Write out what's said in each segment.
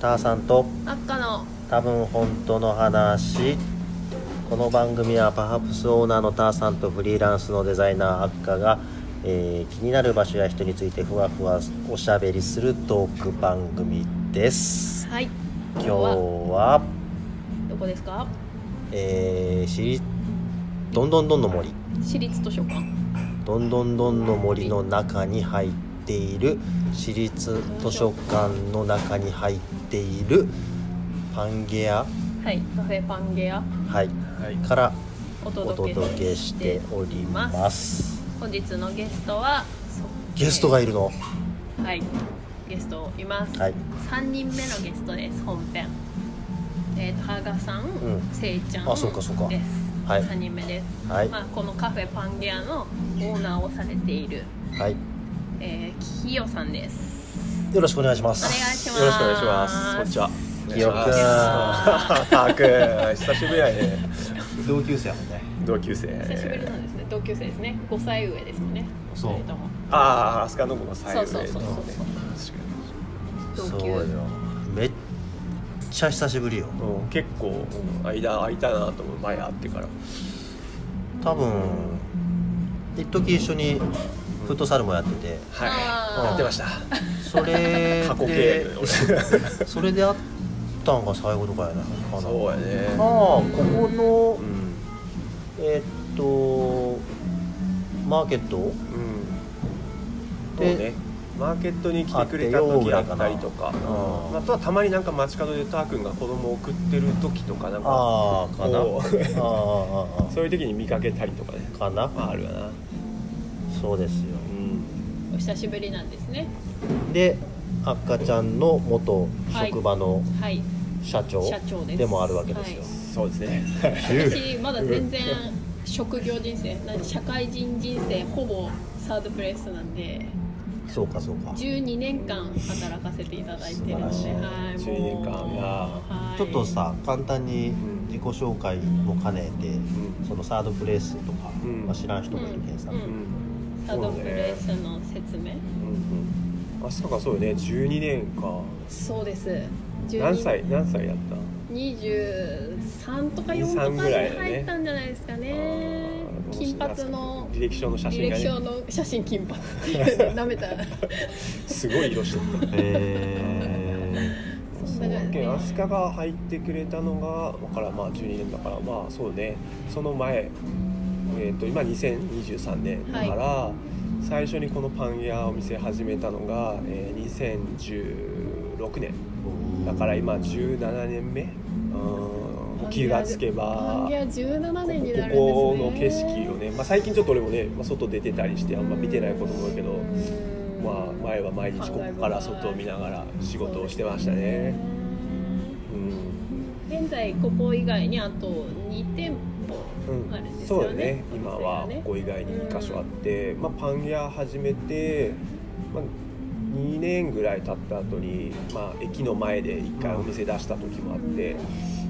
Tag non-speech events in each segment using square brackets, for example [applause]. ターさんとあっかの多分本当の話この番組はパハプスオーナーのターさんとフリーランスのデザイナーアッカが、えー気になる場所や人についてふわふわおしゃべりするトーク番組ですはい今日は、どこですかえー、しりどんどんどんの森私立図書館どんどんどんの森の中に入っている私立図書館の中に入っているパンゲア、はいカフェパンゲアはい、はい、からおお届届けけししてておおりりまますす本日のゲストはゲストがいるのはいゲストいます、はい三人目のゲストです本編えっ、と羽賀さうん、んせいちゃんあそうかそうかですはい三人目です、はいまあ、このカフェパンゲアのオーナーをされている、はいえー、きよさんですよろしくお願いしまおす願いしますよろしくお願いします。こんにちは。きよくんお願いしますあーくん、久しぶりやね。同級生やもんね同級生。久しぶりなんですね同級生ですね5歳上ですもんねそう二人ともああ、飛鳥の子の最後そうそうそうそう同級そうよめっちゃ久しぶりようん、結構、うん間空いたなと思う前会ってから多分一時一緒にフットサルもやっててあーはいやってましたそれ過去形で俺 [laughs] それで会ったんが最後とかやなかなそうやねまあここのうんうんえーっとマーケットそうでねマーケットに来てくれた時だったりとかあってようぐらいかなうんあとはたまになんか街角でターくんが子供を送ってる時とかなんかああかなあおーーあーあー [laughs] そういう時に見かけたりとかねかなまああるわなそうですようんお久しぶりなんですねで赤ちゃんの元職場のはい社長社長ですでもあるわけですよ、そうですね私まだ全然職業人生何社会人人生ほぼサードプレイスなんでそうかそうかち12年間働かせていただいてるの素晴でらしいはいもう12年間やはいょっとさ簡単にうん自己紹介も兼ねて、んそのサードプレイスとか、うんまあ、知らん人もいるけんさ、うんうんサードプレイスの説明うんうんあそっかそうよね12年かそうです12何歳何歳だっ23とか4と23かぐにらいだね入ったんじゃないですかたねあー金髪の履歴書の写履真が歴書ねの写真金髪っていうね舐め [laughs] たすごい色して [laughs] たえそんな感じねそうけん飛鳥が入ってくれたのがだからまあ12年だからまあそうねその前えっ、と今2023年だから、最初にこのパン屋お店始めたのが、えー2016年ーだから今17年目うん気がつけばパンゲア17年になるんですねここの景色をね、まあ、最近ちょっと俺もね、まあ、外出てたりしてあんま見てないことも多いけど、うんまあ、前は毎日ここから外を見ながら仕事をしてましたねうん、現在ここ以外にあと2店うん舗あるんですそうよだねね、今はここ以外に2か所あって、まあ、パン屋始めて、まあ、2年ぐらい経った後に、まあ、駅の前で1回お店出した時もあって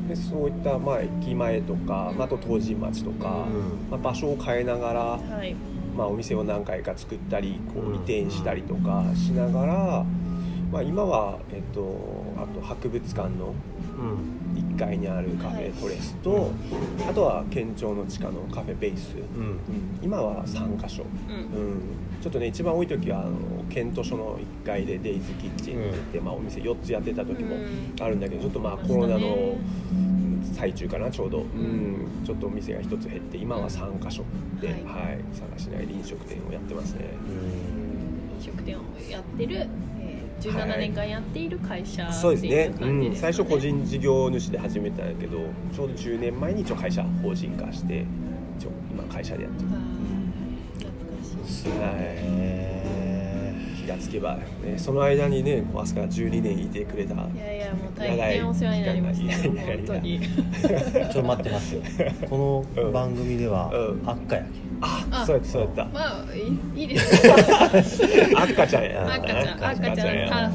でそういったまあ駅前とか、まあ、あと東神町とか、まあ、場所を変えながらはいまあ、お店を何回か作ったりこうんう移転したりとかしながら、まあ、今は、えっと、あと博物館のうん1階にあるカフはいェトレスと、あとは県庁の地下のカフェベース、うん今は3箇所、ううんん、ちょっとね一番多い時はあの県図書の1階でデイズキッチンって言って、まあ、お店4つやってた時もあるんだけどちょっとまあコロナの最中かなちょうど、うん、ちょっとお店が1つ減って今は3箇所で、ははいい探しないで飲食店をやってますね飲食店をやってる、えー、17年間やっている会社ってそうですいねう、感じうん、です最よ初個人事業主で始めたんだけどちょうど10年前に一応会社法人化して一応今会社でやってはい懐かしいる、はえい、気がつけば、ね、その間にねこう飛鳥が12年いてくれたいやいやもう大変お世話になりましたよ長本い期間が当 [laughs] にー、ちょっと待ってますよこの番組ではうんあっかやああそうやったそうやっ [laughs] たまあいいいいですよ赤ちゃんや赤ちゃん赤ちゃんタ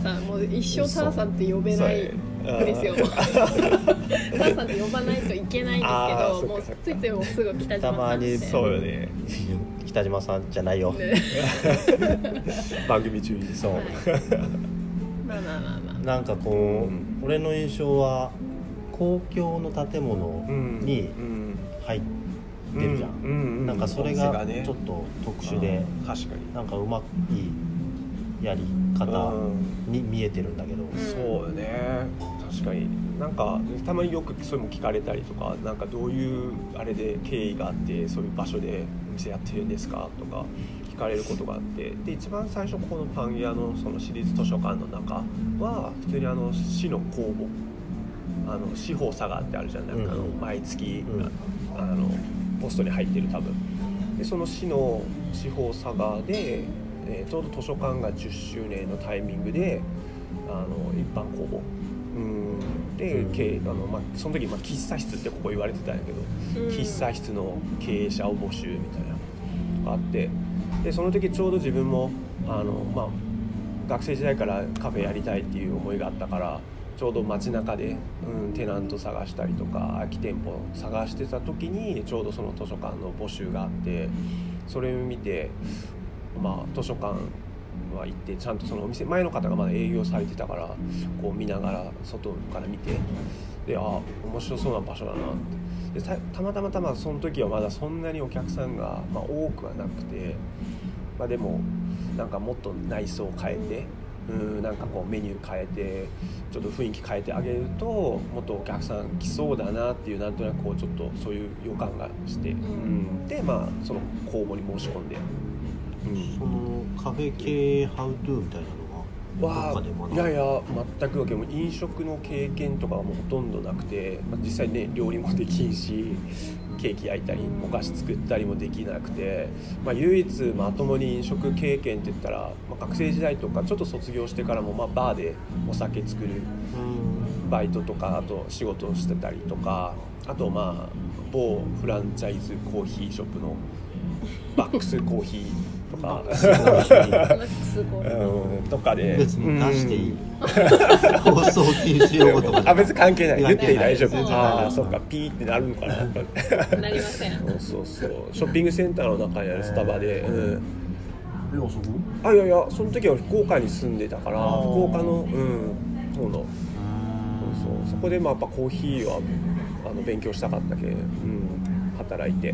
ーさんもう一生ターさんって呼べそうなやいねです [laughs] よターさんって呼ばないといけないんですあーけどもそっうかそっかついついもうすぐ北島さんたまにってそうよねけ北島さんじゃないよ、ね番組中にそう、はいまあまあまあまあまなんかこう、うん俺の印象は公共の建物にうん入ってるじゃん、ううんなんかそれおが店ねちょっと特殊で、うん確かになんかうまいやり方に見えてるんだけど、そうね確かになんかたまによくそれも聞かれたりとかなんかどういうあれで経緯があってそういう場所でお店やってるんですかとか聞かれることがあってで一番最初このパン屋のその私立図書館の中は普通にあの市の公募あの司法佐賀ってあるじゃんなんかあのうん毎月、うんあのポストに入ってる多分でその市の司法佐賀で、えーちょうど図書館が10周年のタイミングであの一般公募うんで、うん経営あのまあ、その時、まあ、喫茶室ってここ言われてたんやけど、うん喫茶室の経営者を募集みたいなのがあってでその時ちょうど自分もあの、まあ、学生時代からカフェやりたいっていう思いがあったからちょうど街中で、うん、テナント探したりとか空き店舗探してた時にちょうどその図書館の募集があってそれを見てまあ図書館は行ってちゃんとそのお店前の方がまだ営業されてたからこう見ながら外から見てであ面白そうな場所だなってでたたまたまたまその時はまだそんなにお客さんが、まあ、多くはなくて、まあ、でもなんかもっと内装を変えて。うんなんかこうメニュー変えてちょっと雰囲気変えてあげるともっとお客さん来そうだなっていうなんとなくこうちょっとそういう予感がして、うん、でまあその公募に申し込んで、うそん、のカフェ系ハウトゥーみたいなのはどわあっかで学んいだやいや全くわけもう飲食の経験とかはもうほとんどなくて、まあ、実際ね料理もできんしケーキ焼いたりお菓子作ったりもできなくて、まあ、唯一まともに飲食経験って言ったら、まあ、学生時代とかちょっと卒業してからもまあバーでお酒作る [laughs] うんバイトとかあと仕事をしてたりとかあとまあ某フランチャイズコーヒーショップのバックスコーヒーとか。マックスこううんとかで別に出していうい、ん放送禁止用語とかじゃあ別に関係ないいや出て大丈夫全然ああそっかピーってなるのかななりません。 [laughs] そうそうそうショッピングセンターの中にあるスタバで、うん、いやそこあいやいやその時は福岡に住んでたからあー福岡のうんそうのそうそうそこでまあやっぱコーヒーはあの勉強したかったけ、うん、働いて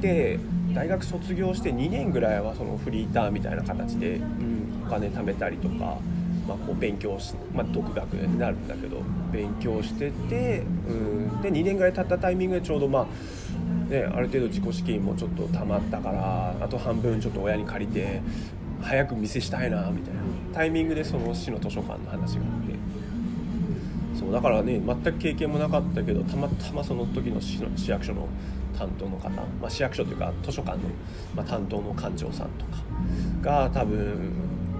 で大学卒業して2年ぐらいはそのフリーターみたいな形で、うん、お金貯めたりとか、まあ、こう勉強し、まあ、独学になるんだけど勉強してて、うん、で2年ぐらい経ったタイミングでちょうどまあね、ある程度自己資金もちょっと貯まったからあと半分ちょっと親に借りて早く店したいなみたいなタイミングでその市の図書館の話があってそうだからね全く経験もなかったけどたまたまその時の市の市役所の担当の方、まあ、市役所というか図書館の、まあ、担当の館長さんとかが多分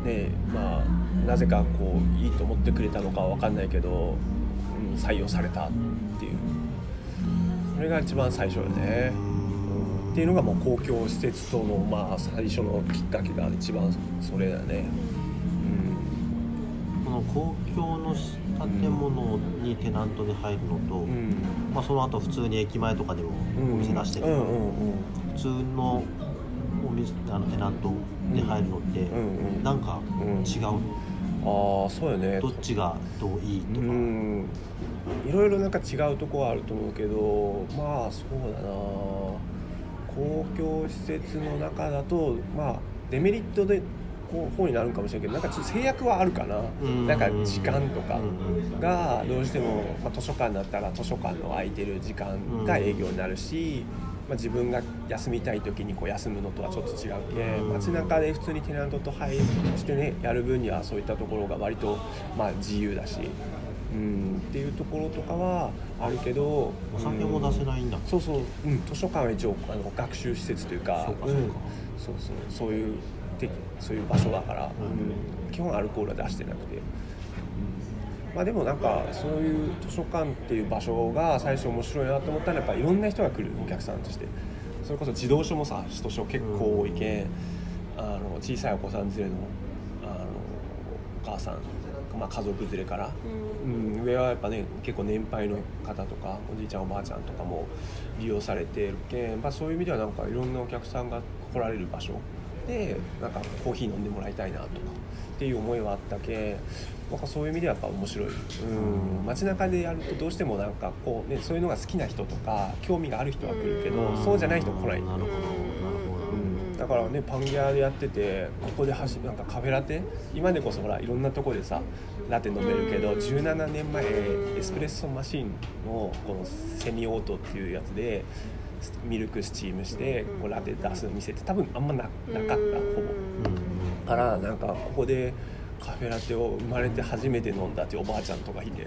ねまあなぜかこういいと思ってくれたのかは分かんないけど、うん、採用されたっていうそれが一番最初よね。うんっていうのがもう公共施設とのまあ最初のきっかけが一番それだね。この公共の建物にテナントで入るのと、うん。うん。まあ、その後普通に駅前とかでもお店出してる、うんうんうん。普通のお店あのテナントで入るのって、うんうん。なんかうん違う、ああそうよねどっちがどういいとうか、んいろいろなんか違うとこはあると思うけどまあそうだな公共施設の中だとまあデメリットでこう方になるんかもしれんけどなんかちょっと制約はあるかな、うんなんか時間とかうんがどうしても、まあ、図書館だったら図書館の空いてる時間が営業になるし、まあ、自分が休みたい時にこう休むのとはちょっと違うけ、うん街中で普通にテナントと配してねやる分にはそういったところが割とまあ自由だし、うん、っていうところとかはあるけどお酒も出せないんだ、そうそう、うん、図書館は一応あの学習施設というかそうかうそうんか、そうそうそういうてそういう場所だから、うんうん基本アルコールは出してなくて、まあ、でもなんかそういう図書館っていう場所が最初面白いなと思ったらやっぱいろんな人が来るお客さんとしてそれこそ児童書もさ図書結構多いけん、あの小さいお子さん連れのあのお母さん、まあ、家族連れから。うん、上はやっぱね結構年配の方とかおじいちゃんおばあちゃんとかも利用されてるけん、まあ、そういう意味ではなんかいろんなお客さんが来られる場所でなんかコーヒー飲んでもらいたいなとかっていう思いはあったけなんかそういう意味ではやっぱ面白い、うん、街中でやるとどうしてもなんかこう、ね、そういうのが好きな人とか興味がある人は来るけど、そうじゃない人来ないなるほどなるほどうんだからねパンギャでやっててここで走なんかカフェラテ今でこそほらいろんなとこでさラテ飲めるけど17年前エスプレッソマシンのこのセミオートっていうやつでミルクスチームしてこうラテ出す店って多分あんまななかったほぼからなんかここでカフェラテを生まれて初めて飲んだっていうおばあちゃんとかいて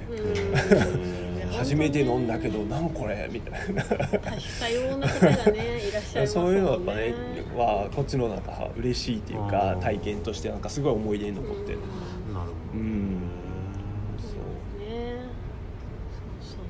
初めて飲んだけどなんこれみたいな多様な方がねいらっしゃいますそもんねういうのはやっぱねはこっちのなんか嬉しいっていうあかー体験としてなんかすごい思い出に残ってるなるほどうんねそうそう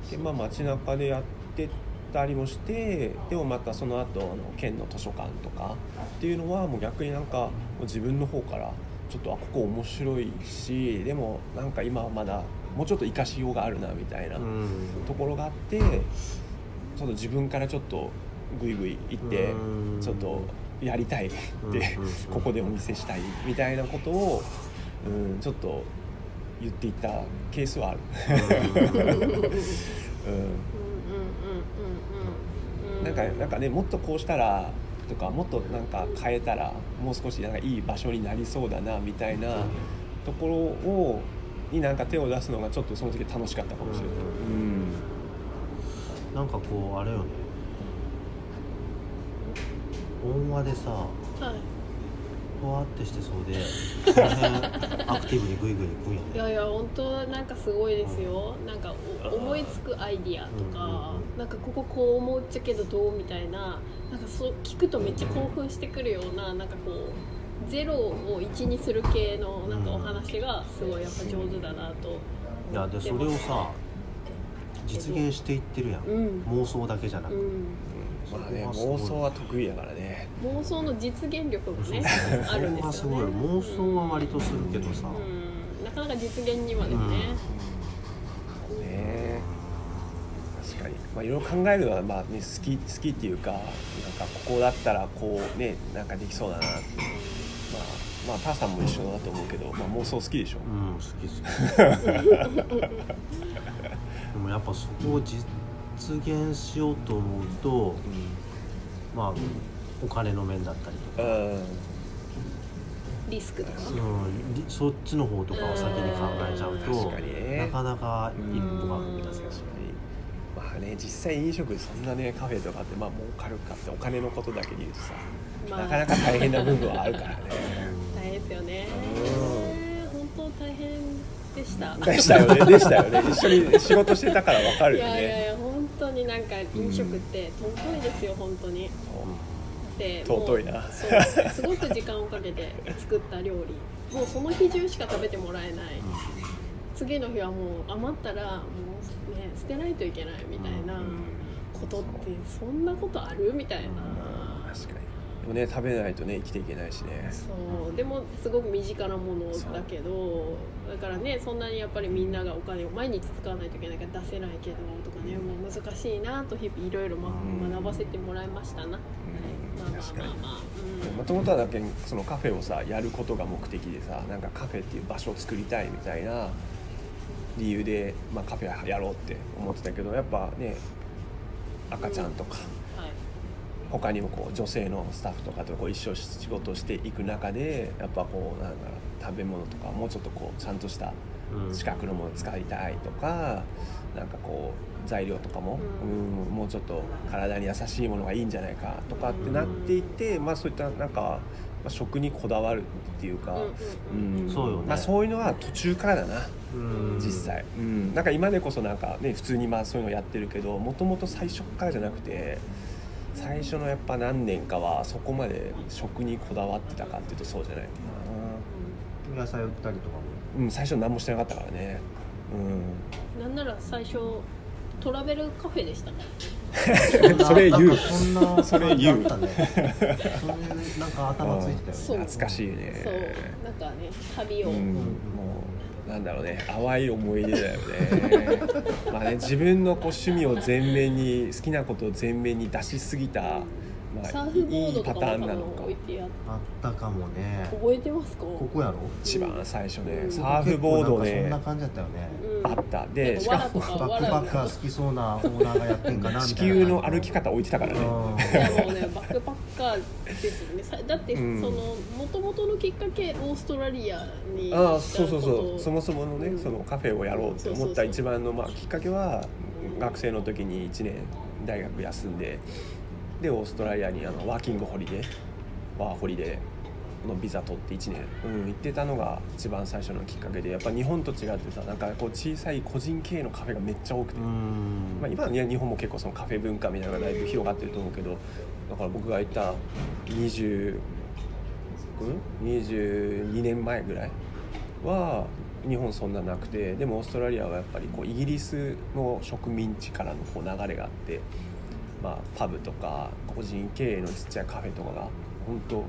そでうまあ街中でやってたりもしてでもまたその後あの県の図書館とかっていうのはもう逆になんかもう自分の方からちょっとあここ面白いしでもなんか今はまだもうちょっと生かしようがあるなみたいな、うんところがあってちょっと自分からちょっとグイグイ行ってうんちょっとやりたいってうんうんうんここでお見せしたいみたいなことを、うん、ちょっと言っていったケースはある、うんうんうんうんううんん、なんかなんかねもっとこうしたらとかもっとなんか変えたらもう少しなんかいい場所になりそうだなみたいなところをになんか手を出すのがちょっとその時楽しかったかもしれない。うんなんかこうあれよ [laughs] ね音話でさはいふわってしてそう [laughs] でその辺アクティブにグイグイ行くんやいねやいや本当はなんかすごいですよなんかあーお思いつくアイディアうんとかうんうんなんかこここう思っちゃけどどうみたいななんかそう聞くとめっちゃ興奮してくるようななんかこうゼロを1にする系のなんかお話がすごいやっぱ上手だなといやでそれをさ実現していってるやん、うん妄想だけじゃなうくて、んまあね、妄想は得意やからね。妄想の実現力もねあそれるんではすすよごいね妄想は割とするけどさ、うんなかなか実現にまでねね確かに。まあいろいろ考えるのはまあ、ね、好き好きっていうか、なんかここだったらこうねなんかできそうだなって。まあまあターさんも一緒だと思うけど、まあ妄想好きでしょ。うん、好き好きでもやっぱそこを実現しようと思うとまあお金の面だったりとか、うん。リスクとかうん、りそっちの方とかを先に考えちゃうと確かにねなかなか一歩が踏み出せない確かに。まあね実際飲食そんなねカフェとかってまあ儲かるかってお金のことだけで言うとさ、まあなかなか大変な部分はあるからね。大変ですよね本当大変でしたでしたよねでしたよね一緒に仕事してたからわかるいよね。やいやいや本当になんか飲食って尊いですよ本当にでもう尊いなそうすごく時間をかけて [laughs] 作った料理もうその日中しか食べてもらえない次の日はもう余ったらもうね捨てないといけないみたいなことってそんなことあるみたいな確かにでもね食べないとね生きていけないしねそうでもすごく身近なものだけどだからねそんなにやっぱりみんながお金を毎日使わないといけないから出せないけどとかねもう難しいなと日々いろいろまうん学ばせてもらいましたな、まあま確かあまあにまあ、もともとはだけそのカフェをさやることが目的でさなんかカフェっていう場所を作りたいみたいな理由で、まあ、カフェやろうって思ってたけどやっぱね赤ちゃんとかうんはい他にもこう女性のスタッフとかとこう一緒仕事をしていく中でやっぱこうなんだろう食べ物とかもうちょっとこうちゃんとした資格のもの使いたいとかなんかこう材料とかも、ううんん、もうちょっと体に優しいものがいいんじゃないかとかってなっていて、まあそういったなんか、まあ、食にこだわるっていうか、うんうんうんんそうよねまあ、そういうのは途中からだな、うん実際、うん、なんか今でこそなんかね普通にまあそういうのやってるけどもともと最初からじゃなくて最初のやっぱ何年かはそこまで食にこだわってたかっていうとそうじゃないかな。野菜売ったりとかもうん、最初何もしてなかったからね。なんなら最初トラベルカフェでしたねそれ言 [laughs] [laughs] うそんなそれ言うなんかそんな感じあったねそれなんか頭ついてたよねそううん、懐かしいね。そうなんかね旅を、う、うんんもうなんだろうね、淡い思い出 [laughs] だよね。まあね、自分のこう趣味を前面に、好きなことを前面に出しすぎたまサーフボードといいパタかーンもな多の分か置いてやっあったかもね覚えてますかここやろ一番最初ね、うんサーフボー結ド構ねなんかそんな感じだったよねうん、あったでしなんかかもバックパッカー好きそうなオーナーがやってんかなみたいな地球の歩き方置いてたからねうんいやもう [laughs] ねバックパッカーですよねさだってそうんのもともとのきっかけオーストラリアにああ行ったそうそうそことうそもそものね、うんそのカフェをやろうってそ思ったうそうそう一番の、まあ、きっかけは学生の時に1年大学休んででオーストラリアにあのワーキングホリデーワーホリデーのビザ取って1年、うん、行ってたのが一番最初のきっかけでやっぱ日本と違ってさなんかこう小さい個人経営のカフェがめっちゃ多くてう、んまあ、今はね日本も結構そのカフェ文化みたいなのがだいぶ広がってると思うけどだから僕がいた20ん22年前ぐらいは日本そんななくてでもオーストラリアはやっぱりこうイギリスの植民地からのこう流れがあって、まあ、パブとか個人経営のちっちゃいカフェとかが本当いっ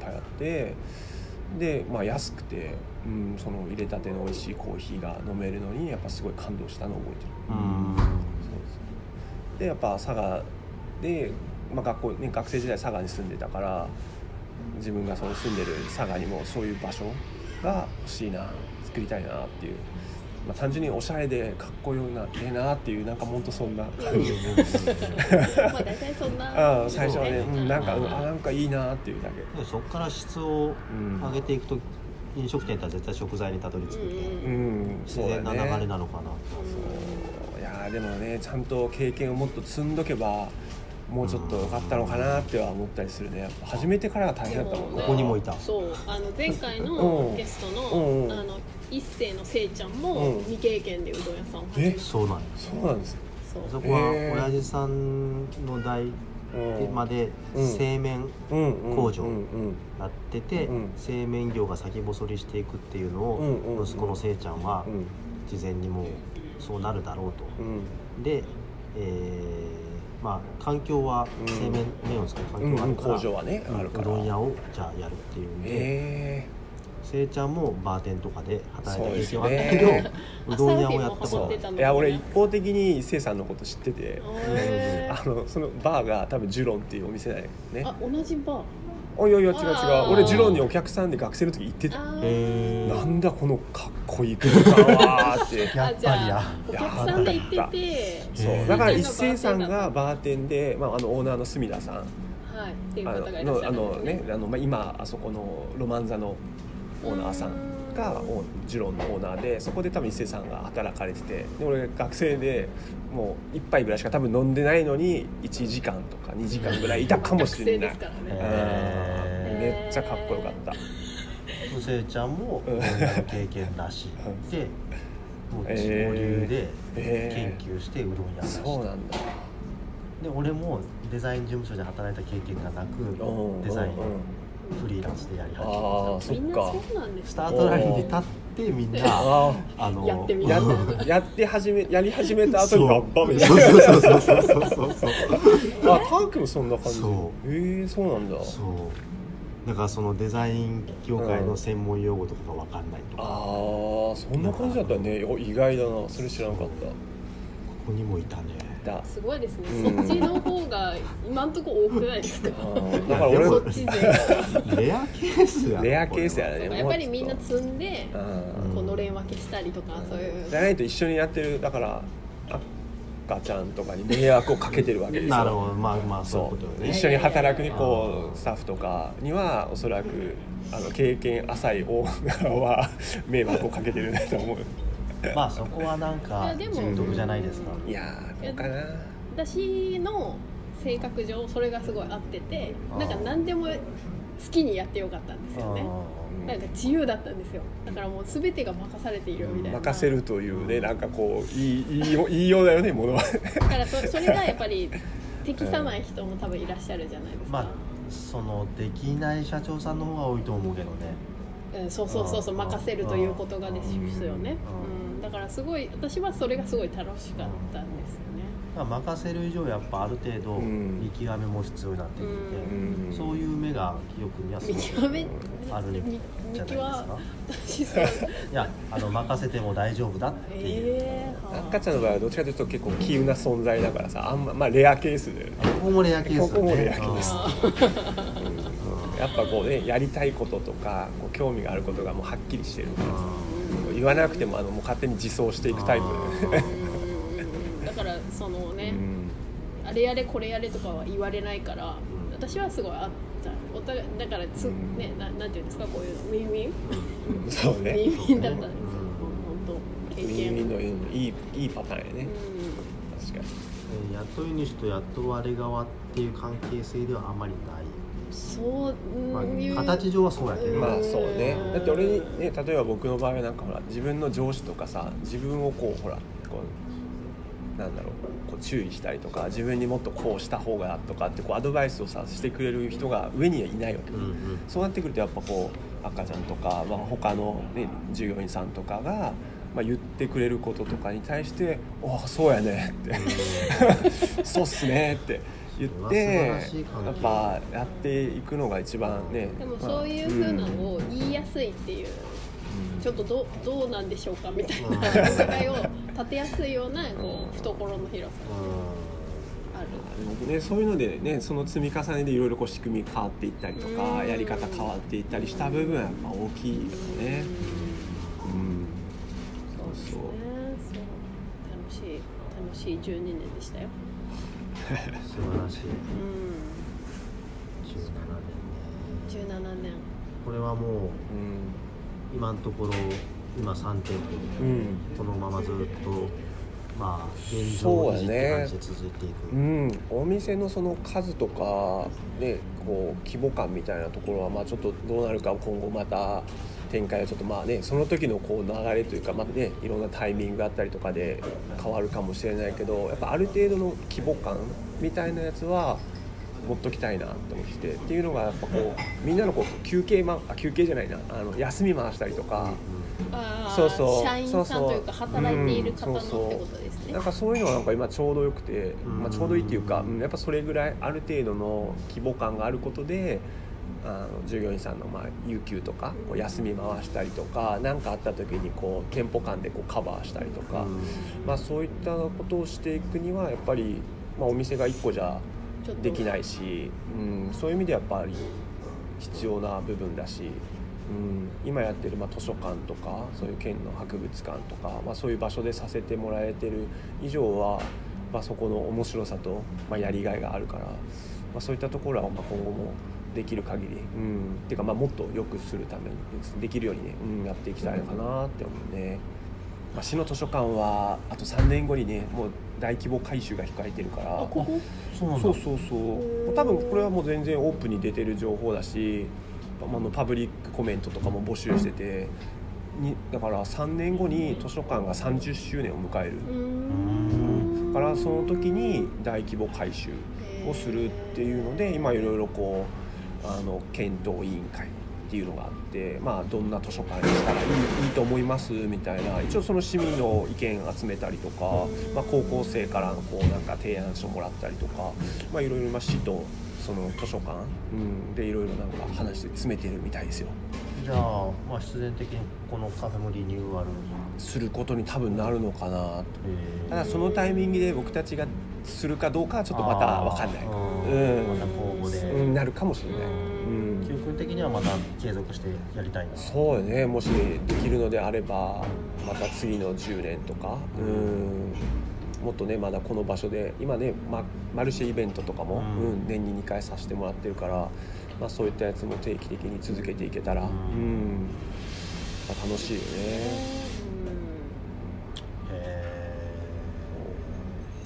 ぱいあってで、まあ、安くて、うん、その入れたての美味しいコーヒーが飲めるのにやっぱすごい感動したのを覚えてる。うんそうですでやっぱ佐賀で、まあ、学校ね学生時代佐賀に住んでたから自分がその住んでる佐賀にもそういう場所が欲しいな作りたいなっていう、まあ、単純におしゃれでかっこよなええなっていうなんかほんとそんな感じまあ大体そんなあ最初はね、うん、なんかうんあなんかいいなっていうだけでそこから質をうん上げていくと、飲食店とは絶対食材にたどり着くけど、うんうんうん自そうだ然なね流れなのかな、いやーでもねちゃんと経験をもっと積んどけばもうちょっと良かったのかなっては思ったりするねやっぱ始めてからが大変だったもんねでここにもいたそうあの前回うのんゲストの,、うんあの一世のせいちゃんもうん未経験でうどん屋さんを始めえたそうなんですそうなんですよそうそこはへー親父さんの代うんまでうん製麺工場うんうんやってて、うん製麺業が先細りしていくっていうのうんうんうをん息子のせいちゃんはうんうん事前にもうそうなるだろうと、うんで、えーまあ環境はうん製麺麺を作る環う境んがあうるんから、工場はねうんあるかうらどん屋をじゃあやるっていうんでえせいちゃんもバーテンとかで働いた経験はあっそうたけですど、よねうどん屋をやったこ朝日もハマってとたーのいや俺一方的にせいさんのこと知っててへあーのそのバーが多分ジュロンっていうお店だよねあ同じバーあいやいや違う違あうー俺ジュロンにお客さんで学生の時行ってたあーえなーんだこのかっこいい空間はーってやっぱりやあじゃあお客さんで行っててそへうーだから一斉さんがバーテンで、まあ、あのオーナーの隅田さんはいっていうあ方のがいらっしゃあるんのですねあの、まあ、今あそこのロマン座のオーナーさんがおジュロンのオーナーでそこで多分一勢さんが働かれててで俺学生でもう1杯ぐらいしか多分飲んでないのに1時間とか2時間ぐらいいたかもしれな学生です。かいらねえうんへーめっちゃかっこよかった。せいちゃんもうん経験なしうんでもう自己え流ーで研え究してうどん屋ー、出しそうてなんだ。で俺もデザイン事務所で働いた経験がなうんくデザインうんをフリーランスでやり始めああ、そみんっなか。そうなんでスすタねートラインに立ってみんなああのやってみあ、るややって始めやり始めた後そにうラッパみたいそうな。そうそうそうそうそうそうあ、タークもそんな感じ。そええー、そうなんだ。そうだからそのデザイン業界の専門用語とかが分かんないとあかーそんな感じだったねお意外だなそれ知らなかっここにもいたねただすごいですねうんそっちの方が今んとこ多くないですかあーだから俺そもっちでレアケースやなレアケースやねやっぱりみんな積んであーこうのれん分けしたりとかそういうじゃないと一緒にやってるだから赤ちゃんとかに迷惑をかけてるわけですよ [laughs] なるほどまあまあそういうそことようね一緒に働くねこあーうスタッフとかにはおそらくあの経験浅いオーナーは迷惑をかけてるなと思うまあそこはなんいかやでも人徳じゃないですか。うんいやーどうかな私の性格上それがすごい合っててあーなんか何でも好きにやってよかったんですよねあなんか自由だったんですよだからもう全てが任されているみたいな任せるというねなんかこういいいいよいいようだよねものはだからそそれがやっぱり適さない人も多分いらっしゃるじゃないですーか、まあそのできない社長さんの方が多いと思うけどね。うん、そうそうそうそうあー任せるということがですよねう、うん、だからすごい私はそれがすごい楽しかったんですよねまあ任せる以上やっぱある程度うん見極めも必要になってくうるんて、そういう目が清くにはす見ごく極めあるんじゃない見です極か。私そう [laughs] いやあの任せても大丈夫だっていう。ええー、はあなん赤ちゃんの場合はどっちかというと結構急な存在だからさあんま、まあ、レアケースだよねここもレアケースだねここもレアケースあやっぱこうねやりたいこととかこう興味があることがもうはっきりしてるーあ言わなくてもあのもう勝手に自走していくタイプだよね、だからそのうね、ん、あれやれこれやれとかは言われないからうん私はすごいあったお互いだからつ、うんねななんていうんですかこういうのウィンウィン、そうねウィンウィンだったんですよ本当ウ経ィンウィ験ンのいいいいパターンやね確かにー雇い主と雇われ側っていう関係性ではあんまりないよねうんそういう、まあ、形上はそうやけど、んまあまあそうねうんだって俺にね例えば僕の場合はなんかほら自分の上司とかさ自分をこうほらこうなんだろうこう注意したりとか自分にもっとこうした方がとかってこうアドバイスをさしてくれる人が上にはいないわけ、うんうんそうなってくるとやっぱこう赤ちゃんとか、まあ、他の、ね、従業員さんとかが、まあ、言ってくれることとかに対して「おあそうやね」って「 [laughs] そうっすね」って言っそれては素晴らしい環境やっぱやっていくのが一番ねでもそういうふうなのを言いやすいっていう、ちょっとどうどうなんでしょうかみたいなうんお互いを立てやすいようなこう懐の広さがある僕ね、そういうので、ね、その積み重ねでいろいろこう仕組み変わっていったりとかうんやり方変わっていったりした部分はやっぱ大きいよね。ねうんそうそう楽しい楽しい12年でしたよ、うん素晴らしいうん、 17年ね17年これはもうう今のところ今3店舗でんうんこのままずっとまあ現状維持って感じで続いていく、うん、お店のその数とか、ね、こう規模感みたいなところは、まあ、ちょっとどうなるか今後また展開はちょっとまあねその時のこう流れというか、まあね、いろんなタイミングあったりとかで変わるかもしれないけどやっぱある程度の規模感みたいなやつは持っときたいなと思ってきてっていうのがやっぱこうみんなのこう休憩、ま、あ休憩じゃないなあの休み回したりとか。あーそうそう社員さんというかそうそう働いている方のうんっそうてそうことですねなんかそういうのはなんか今ちょうどよくて、うんまあ、ちょうどいいっていうか、うんやっぱそれぐらいある程度の規模感があることであの従業員さんのまあ有給とかこう休み回したりとか何かあった時にこう店舗間でこうカバーしたりとうんか、まあ、そういったことをしていくにはやっぱり、まあ、お店が1個じゃちょっとできないし、うん、そういう意味でやっぱり必要な部分だし、うん、今やってるまあ図書館とかそういう県の博物館とか、まあ、そういう場所でさせてもらえてる以上は、まあ、そこの面白さと、まあ、やりがいがあるから、まあ、そういったところはまあ今後もできる限り、うん、っていうかまあもっと良くするためにできるようにね、うん、やっていきたいのかなって思うね。まあ、市の図書館はあと3年後にねもう大規模改修が控えてるからあここそうなんだそうそうそう多分これはもう全然オープンに出てる情報だしあのパブリックコメントとかも募集しててにだから3年後に図書館が30周年を迎えるうーんんだからその時に大規模改修をするっていうので今いろいろこうあの検討委員会っていうのがあって、まあ、どんな図書館にしたらいいいいと思いますみたいな一応その市民の意見集めたりとか、まあ、高校生からのこうなんか提案書もらったりとか、まあ、いろいろまあ市とその図書館、うん、でいろいろなんか話して詰めてるみたいですよ。じゃあ、まあ、必然的にこのカフェもリニューアル、することに多分なるのかなと。えーただそのタイミングで僕たちがするかどうかはちょっとまた分かんない。あうーんまた公募で、うん、なるかもしれない。うん教訓的にはまた継続してやりたいなそうよねもしできるのであればまた次の10年とかうんもっとねまだこの場所で今ね、ま、マルシェイベントとかも、うんうん年に2回させてもらってるから、まあ、そういったやつも定期的に続けていけたら、ううんんまあ、楽しいよね。へう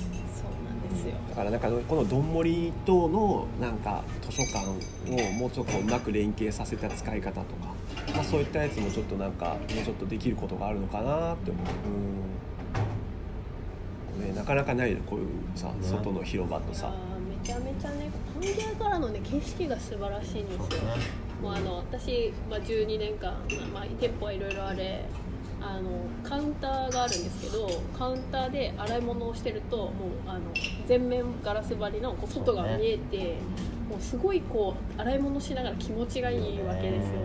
んそうなんですよだからなんかこのどんもり等のなんか図書館をもうちょっとうまく連携させた使い方とか、まあ、そういったやつもちょっとなんかもうちょっとできることがあるのかなって思う、うんね、なかなかないよこういうさ、ね外の広場とあさ、ーめちゃめちゃねパンギアからのね景色が素晴らしいんーでそうすよだねもうあの私、まあ、12年間、まあ、店舗はいろいろあれあのカウンターがあるんですけどカウンターで洗い物をしてるともうあの全面ガラス張りのこう外が見えて、もうすごいこう洗い物しながら気持ちがいいわけですよ。こ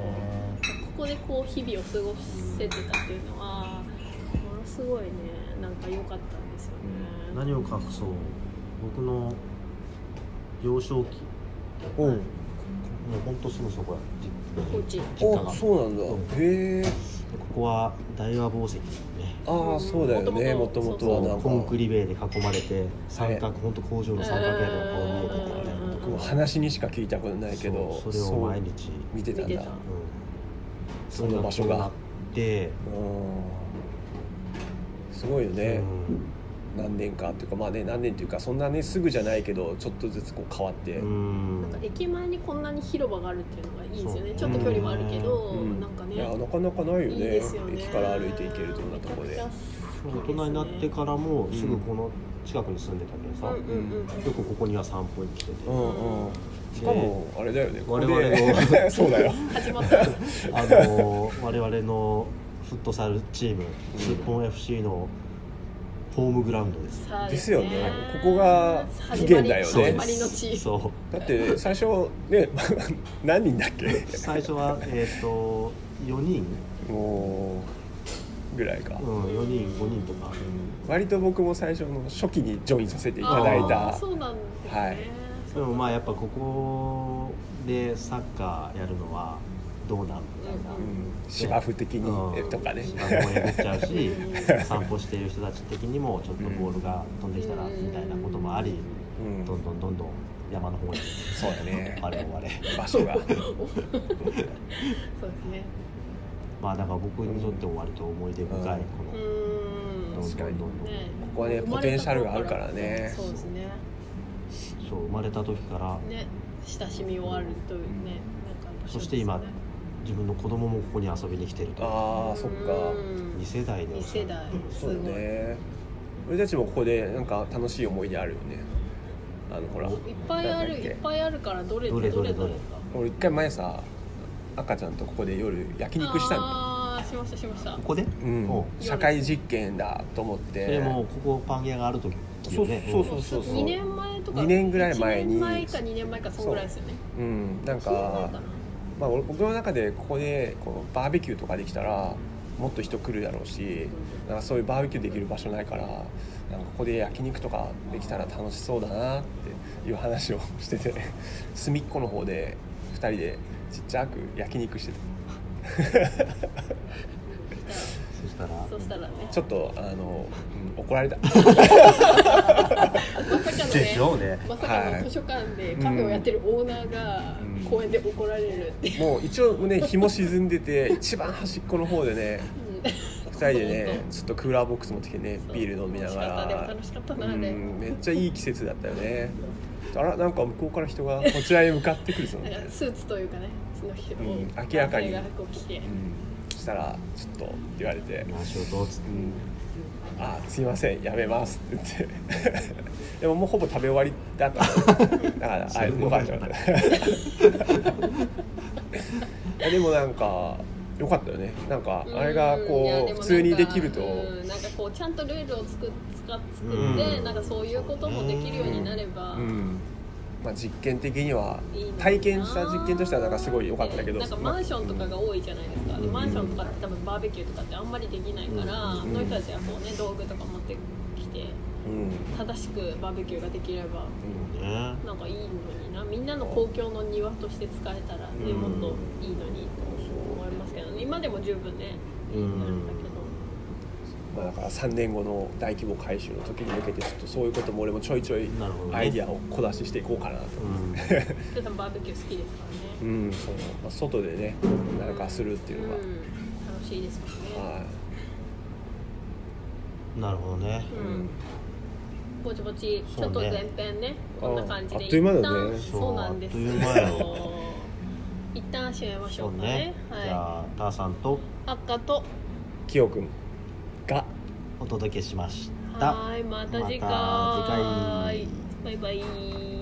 こでこう日々を過ごせてたっていうのはものすごいねなんか良かったんですよね、何を隠そう僕の幼少期うんはいもうほんとすぐそこやじこっち実家がこそうなんだへえこは大和紡石ですねああそうだよねも元と々もとはなんかコンクリベーで囲まれて三角ほんと工場の三角屋根がこう見えててみたいなと僕もこ話にしか聞いたことないけどそうそれを毎そう日見てたん見だてたうんその場それ所がこうなってうんすごいよね、うん何年かっていうかまあね何年っていうかそんなねすぐじゃないけどちょっとずつこう変わって、うんなんか駅前にこんなに広場があるっていうのがいいですよねそうちょっと距離もあるけど、うんなんかいやねなかなかないよねいいですよね駅から歩いて行けるとこんなとこで大人になってからもうんすぐこの近くに住んでたけどさ、らうんうんうんよくここには散歩に来てて、うんうんしかもあれだよね我ここ々で [laughs] のそうだよ始まったあのー我々のフットサルチーム日本 FC のホームグラウンドです、さあですよねここが起源だよね始まり始まりの地すそうだって最初ね [laughs] 何人だっけ最初はえっ、と4人、もうぐらいか、うん、4人5人とか、割と僕も最初の初期にジョインさせていただいあーたそうなんですね、はいでもまあやっぱここでサッカーやるのはどうなんみたいな、ううん芝生的にうんとかね芝もやっちゃうしう散歩している人たち的にもちょっとボールが飛んできたらみたいなこともありうんどんどんどんどん山の方にそうだねあれもあれ場所がそうですねまあだから僕にとっても割と思い出深いこのうどんーどんんどんどんねここはねポテンシャルがあるからねそうですねそう生まれた時からね親しみをあるというねなんかそして今自分の子供もここに遊びに来てるとああそっか2世代で2世代すそごういだね俺たちもここでなんか楽しい思い出あるよねあのほらいっぱいあるなんだっいけっぱいあるからどれどれどれどれ俺一回前さ赤ちゃんとここで夜焼肉したのああしましたしましたここでうんお社会実験だと思ってそれもここパン屋がある時そようねそうそうそうそう2年前とか二年ぐらい前に1年前か2年前かそんぐらいですよねうんなんそんぐらいかかなまあ、俺僕の中でここでこうバーベキューとかできたらもっと人来るだろうしなんかそういうバーベキューできる場所ないからなんかここで焼肉とかできたら楽しそうだなっていう話をしてて隅っこの方で2人でちっちゃく焼肉してたそしたらそしたらねちょっとあの、うん怒られた [laughs] まさかのでしねょうねまさかはのい図書館でカフェをやってるオーナーがうん公園で怒られるっていうもう一応ね日も沈んでて一番端っこの方でね2人でねちょっとクーラーボックス持ってきてねビール飲みなが楽しかったでもら楽しかったなあうれ [laughs] んめっちゃいい季節だったよねあらなんか向こうから人がこちらへ向かってくるぞみなたいんなかスーツというかねその日をうん明らかに男性がこう着てそしたら「ちょっと」って言われて何しようとっつっ「てうん、あすいませんやめます」って言って [laughs] でももうほぼ食べ終わり [laughs] だったのだからあれよかったよかったでもなんかよかったよねなんかあれがんいやでもこなうんか普通にできるとうんなんかこうちゃんとルールを作っ作っうてんなんかそういうこともできるようになればうんまあ、実験的にはいいのにな体験した実験としてはなんかすごい良かったけどなんかマンションとかが多いじゃないですか、でうんマンションとかって多分バーベキューとかってあんまりできないから、うんその人たちはこうね道具とか持ってきてうん正しくバーベキューができればうんねなんかいいのになみんなの公共の庭として使えたらね、うんもっといいのにと思いますけど、ね、今でも十分ねいいんだけど。まあ、だから3年後の大規模改修の時に向けてちょっとそういうことも俺もちょいちょいなるほどねアイディアを小出ししていこうかなと、うんちょっとバーベキュー好きですからねうんそうまあ、外でねなんかするっていうのが、うん、楽しいですもんね、はなるほどねい、うんぼちぼち、ちそうょっねと前編ねこんな感じあであっという間だね一旦そうなんですよそうあっという間よ [laughs] 一旦閉めましょそううかねね、じゃはあターさんとい赤ときよくんがお届けしましたはいまた次回また次回バイバイ